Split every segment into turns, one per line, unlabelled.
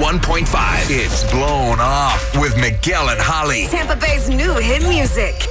101.5. It's Blown Off with Miguel and Holly.
Tampa Bay's new hit music.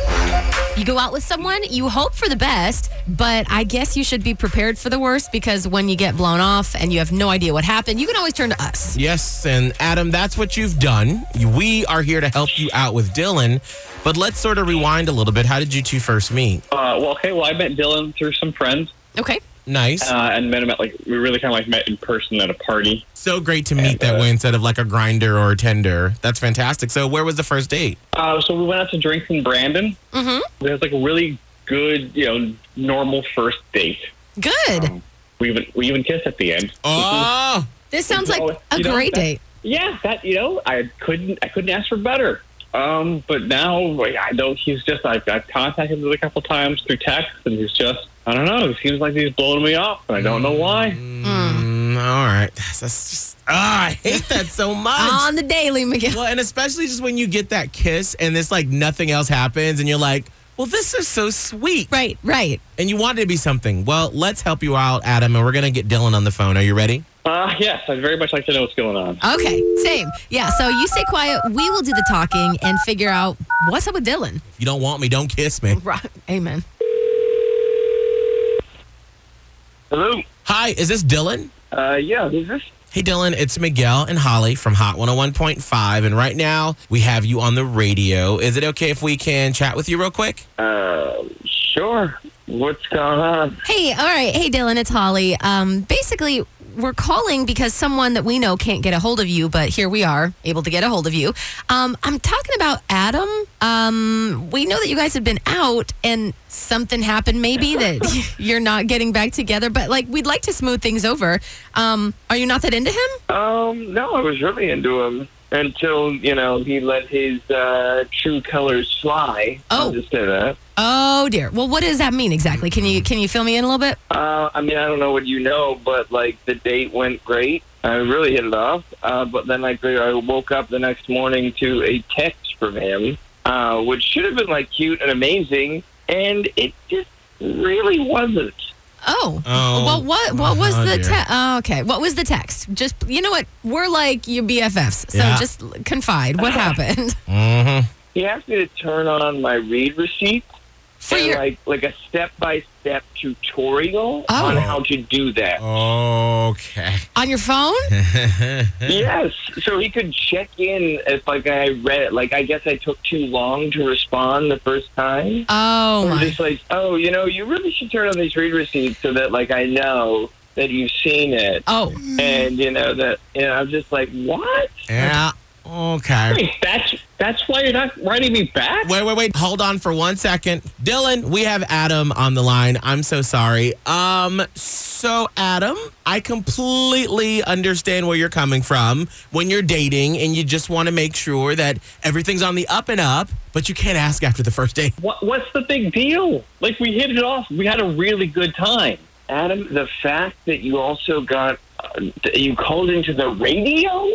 You go out with someone, you hope for the best, but I guess you should be prepared for the worst because when you get blown off and you have no idea what happened, you can always turn to us.
Yes, and Adam, that's what you've done. We are here to help you out with Dylan, but let's sort of rewind a little bit. How did you two first meet?
Uh, well, okay. Well, I met Dylan through some friends,
Okay.
Nice.
uh, and met him at like we really kind of like met in person at a party.
so great to meet that way instead of like a grinder or a tender. That's fantastic. So, where was the first date?
Uh, so we went out to drinks in Brandon. Mm-hmm. It was like a really good, you know, normal first date.
Good.
We even we even kissed at the end.
Oh,
this sounds like
well,
a
you know,
great
that-
date.
Yeah, that you know, I couldn't I couldn't ask for better. Um, but now like, I know he's just I've, I've contacted him a couple times through text, and he's just I don't know. It seems like he's blowing me off, and I don't know why.
Mm, all right. That's just, ah, I hate that so much.
On the daily, Miguel.
well, and especially just when you get that kiss and it's like nothing else happens and you're like, well, this is so sweet.
Right, right.
And you wanted to be something. Well, let's help you out, Adam, and we're going to get Dylan on the phone. Are you ready?
Uh, yes, I'd very much like to know what's going on.
Okay, same. Yeah, so you stay quiet. We will do the talking and figure out what's up with Dylan.
If you don't want me, don't kiss me.
Right. Amen.
Hello.
Hi, is this Dylan?
Uh, yeah, who's this?
Hey, Dylan, it's Miguel and Holly from Hot 101.5. And right now, we have you on the radio. Is it okay if we can chat with you real quick?
Sure. What's going on?
Hey, all right. Hey, Dylan, it's Holly. Um, basically, we're calling because someone that we know can't get a hold of you, but here we are able to get a hold of you. Um, I'm talking about Adam. Um, we know that you guys have been out and something happened, maybe that you're not getting back together, but like we'd like to smooth things over. Um, are you not that into him?
Um, no, I was really into him until you know he let his uh, true colors fly.
Oh.
I'll just say that.
Oh dear. Well, what does that mean exactly? Can you can you fill me in a little bit?
Uh, I mean, I don't know what you know, but like the date went great. I really hit it off. Uh, but then like I woke up the next morning to a text from him, uh, which should have been like cute and amazing, and it just really wasn't.
Oh.
Oh.
Well, what what was
Oh,
the
dear.
te- oh, okay? What was the text? Just you know what? We're like your BFFs, so
Yeah.
just confide.
Uh-huh.
What happened
Mm-hmm.
He asked me to turn on my read receipt
for
and
your?
like like a step by step tutorial
Oh.
on how to do that.
Okay.
on your phone?
Yes, so he could check in if like I read it. Like I guess I took too long to respond the first time.
Oh
Or
my!
just like, oh, you know, you really should turn on these read receipts so that like I know that you've seen it,
Oh,
and you know that. And I'm just like, what?
yeah. Okay.
Wait, that's that's why you're not writing me back.
Wait, wait, wait. Hold on for one second. Dylan, we have Adam on the line. I'm so sorry. Um, so Adam, I completely understand where you're coming from when you're dating and you just want to make sure that everything's on the up and up, but you can't ask after the first date.
What, what's the big deal? Like we hit it off. We had a really good time.
Adam, the fact that you also got uh, that you called into the radio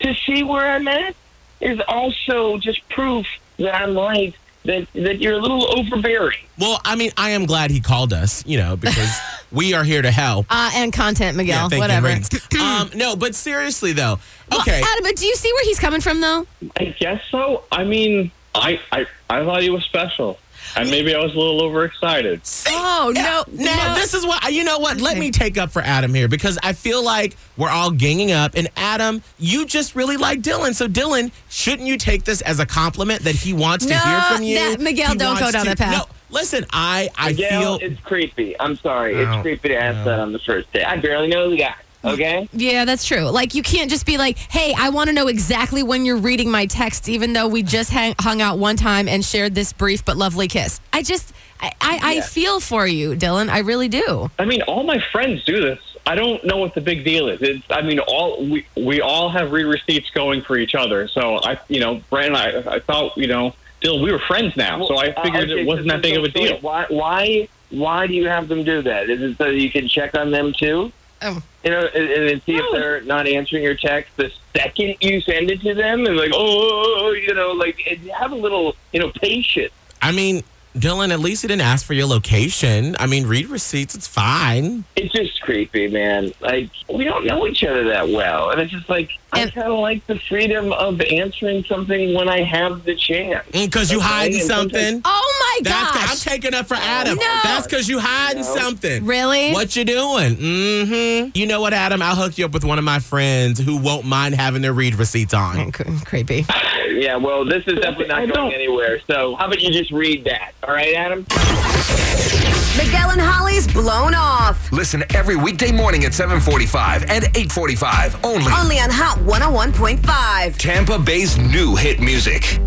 to see where I'm at is also just proof that I'm right. That that you're a little overbearing.
Well, I mean, I am glad he called us, you know, because we are here to help.
uh, and content, Miguel.
thank you,
whatever.
Riggs. um, no, but seriously though.
Well,
Okay.
Adam, but do you see where he's coming from though?
I guess so. I mean, I I, I thought you were special, and maybe I was a little overexcited.
Oh no!
Now,
no.
this is what you know what? Let
Okay.
me take up for Adam here because I feel like we're all ganging up. And Adam, you just really like Dylan. So, Dylan, shouldn't you take this as a compliment that he wants to
No,
hear from you?
that- Miguel,
He
don't go
wants
down
to-
that path.
No, listen, I, I
Miguel,
feel.
it's creepy. I'm sorry. It's
No,
creepy to ask
no.
that on the first day. I barely know the guy. Okay?
Yeah, that's true. Like, you can't just be like, hey, I want to know exactly when you're reading my text, even though we just hang, hung out one time and shared this brief but lovely kiss. I just, I, I, I feel for you, Dylan. I really do.
I mean, all my friends do this. I don't know what the big deal is. It's, I mean, all we we all have re receipts going for each other. So I, you know, Brent, and I I thought you know, Dylan, we were friends now. so I
Uh,
figured
okay,
it wasn't
so-
that big of
so-
a
so wait,
deal.
Why, why, why do you have them do that? Is it so you can check on them too?
Oh.
You know, and, and then see if they're not answering your text the second you send oh, it to them, and like, oh, you know, like and have a little, you know, patience.
I mean, Dylan, at least he didn't ask for your location. I mean, read receipts. It's fine.
It's just creepy, man. Like we don't know each other that well, and it's just like I
And-
kind of like the freedom of answering something when I have the chance.
Because Mm, you
Okay,
hiding
and
something.
sometimes-
Oh my
That's
gosh.
I'm taking up for Adam.
No.
That's because you hiding
No.
something.
Really?
What you doing? Mm-hmm. You know what, Adam? I'll hook you up with one of my friends who won't mind having their read receipts on.
Cre- creepy.
Yeah, well, this is definitely
I
not
don't-
going anywhere. So how about you just read that? All right, Adam.
Miguel and Holly's Blown Off.
Listen every weekday morning at 745 and 845 only.
Only on Hot 101.5.
Tampa Bay's new hit music.